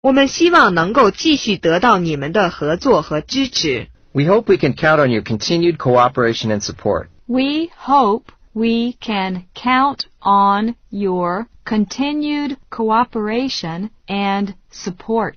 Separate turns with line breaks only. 我们希望能够继续得到你们的合作和支持。
We hope we can count on your continued cooperation and support.
We hope we can count on your continued cooperation and support.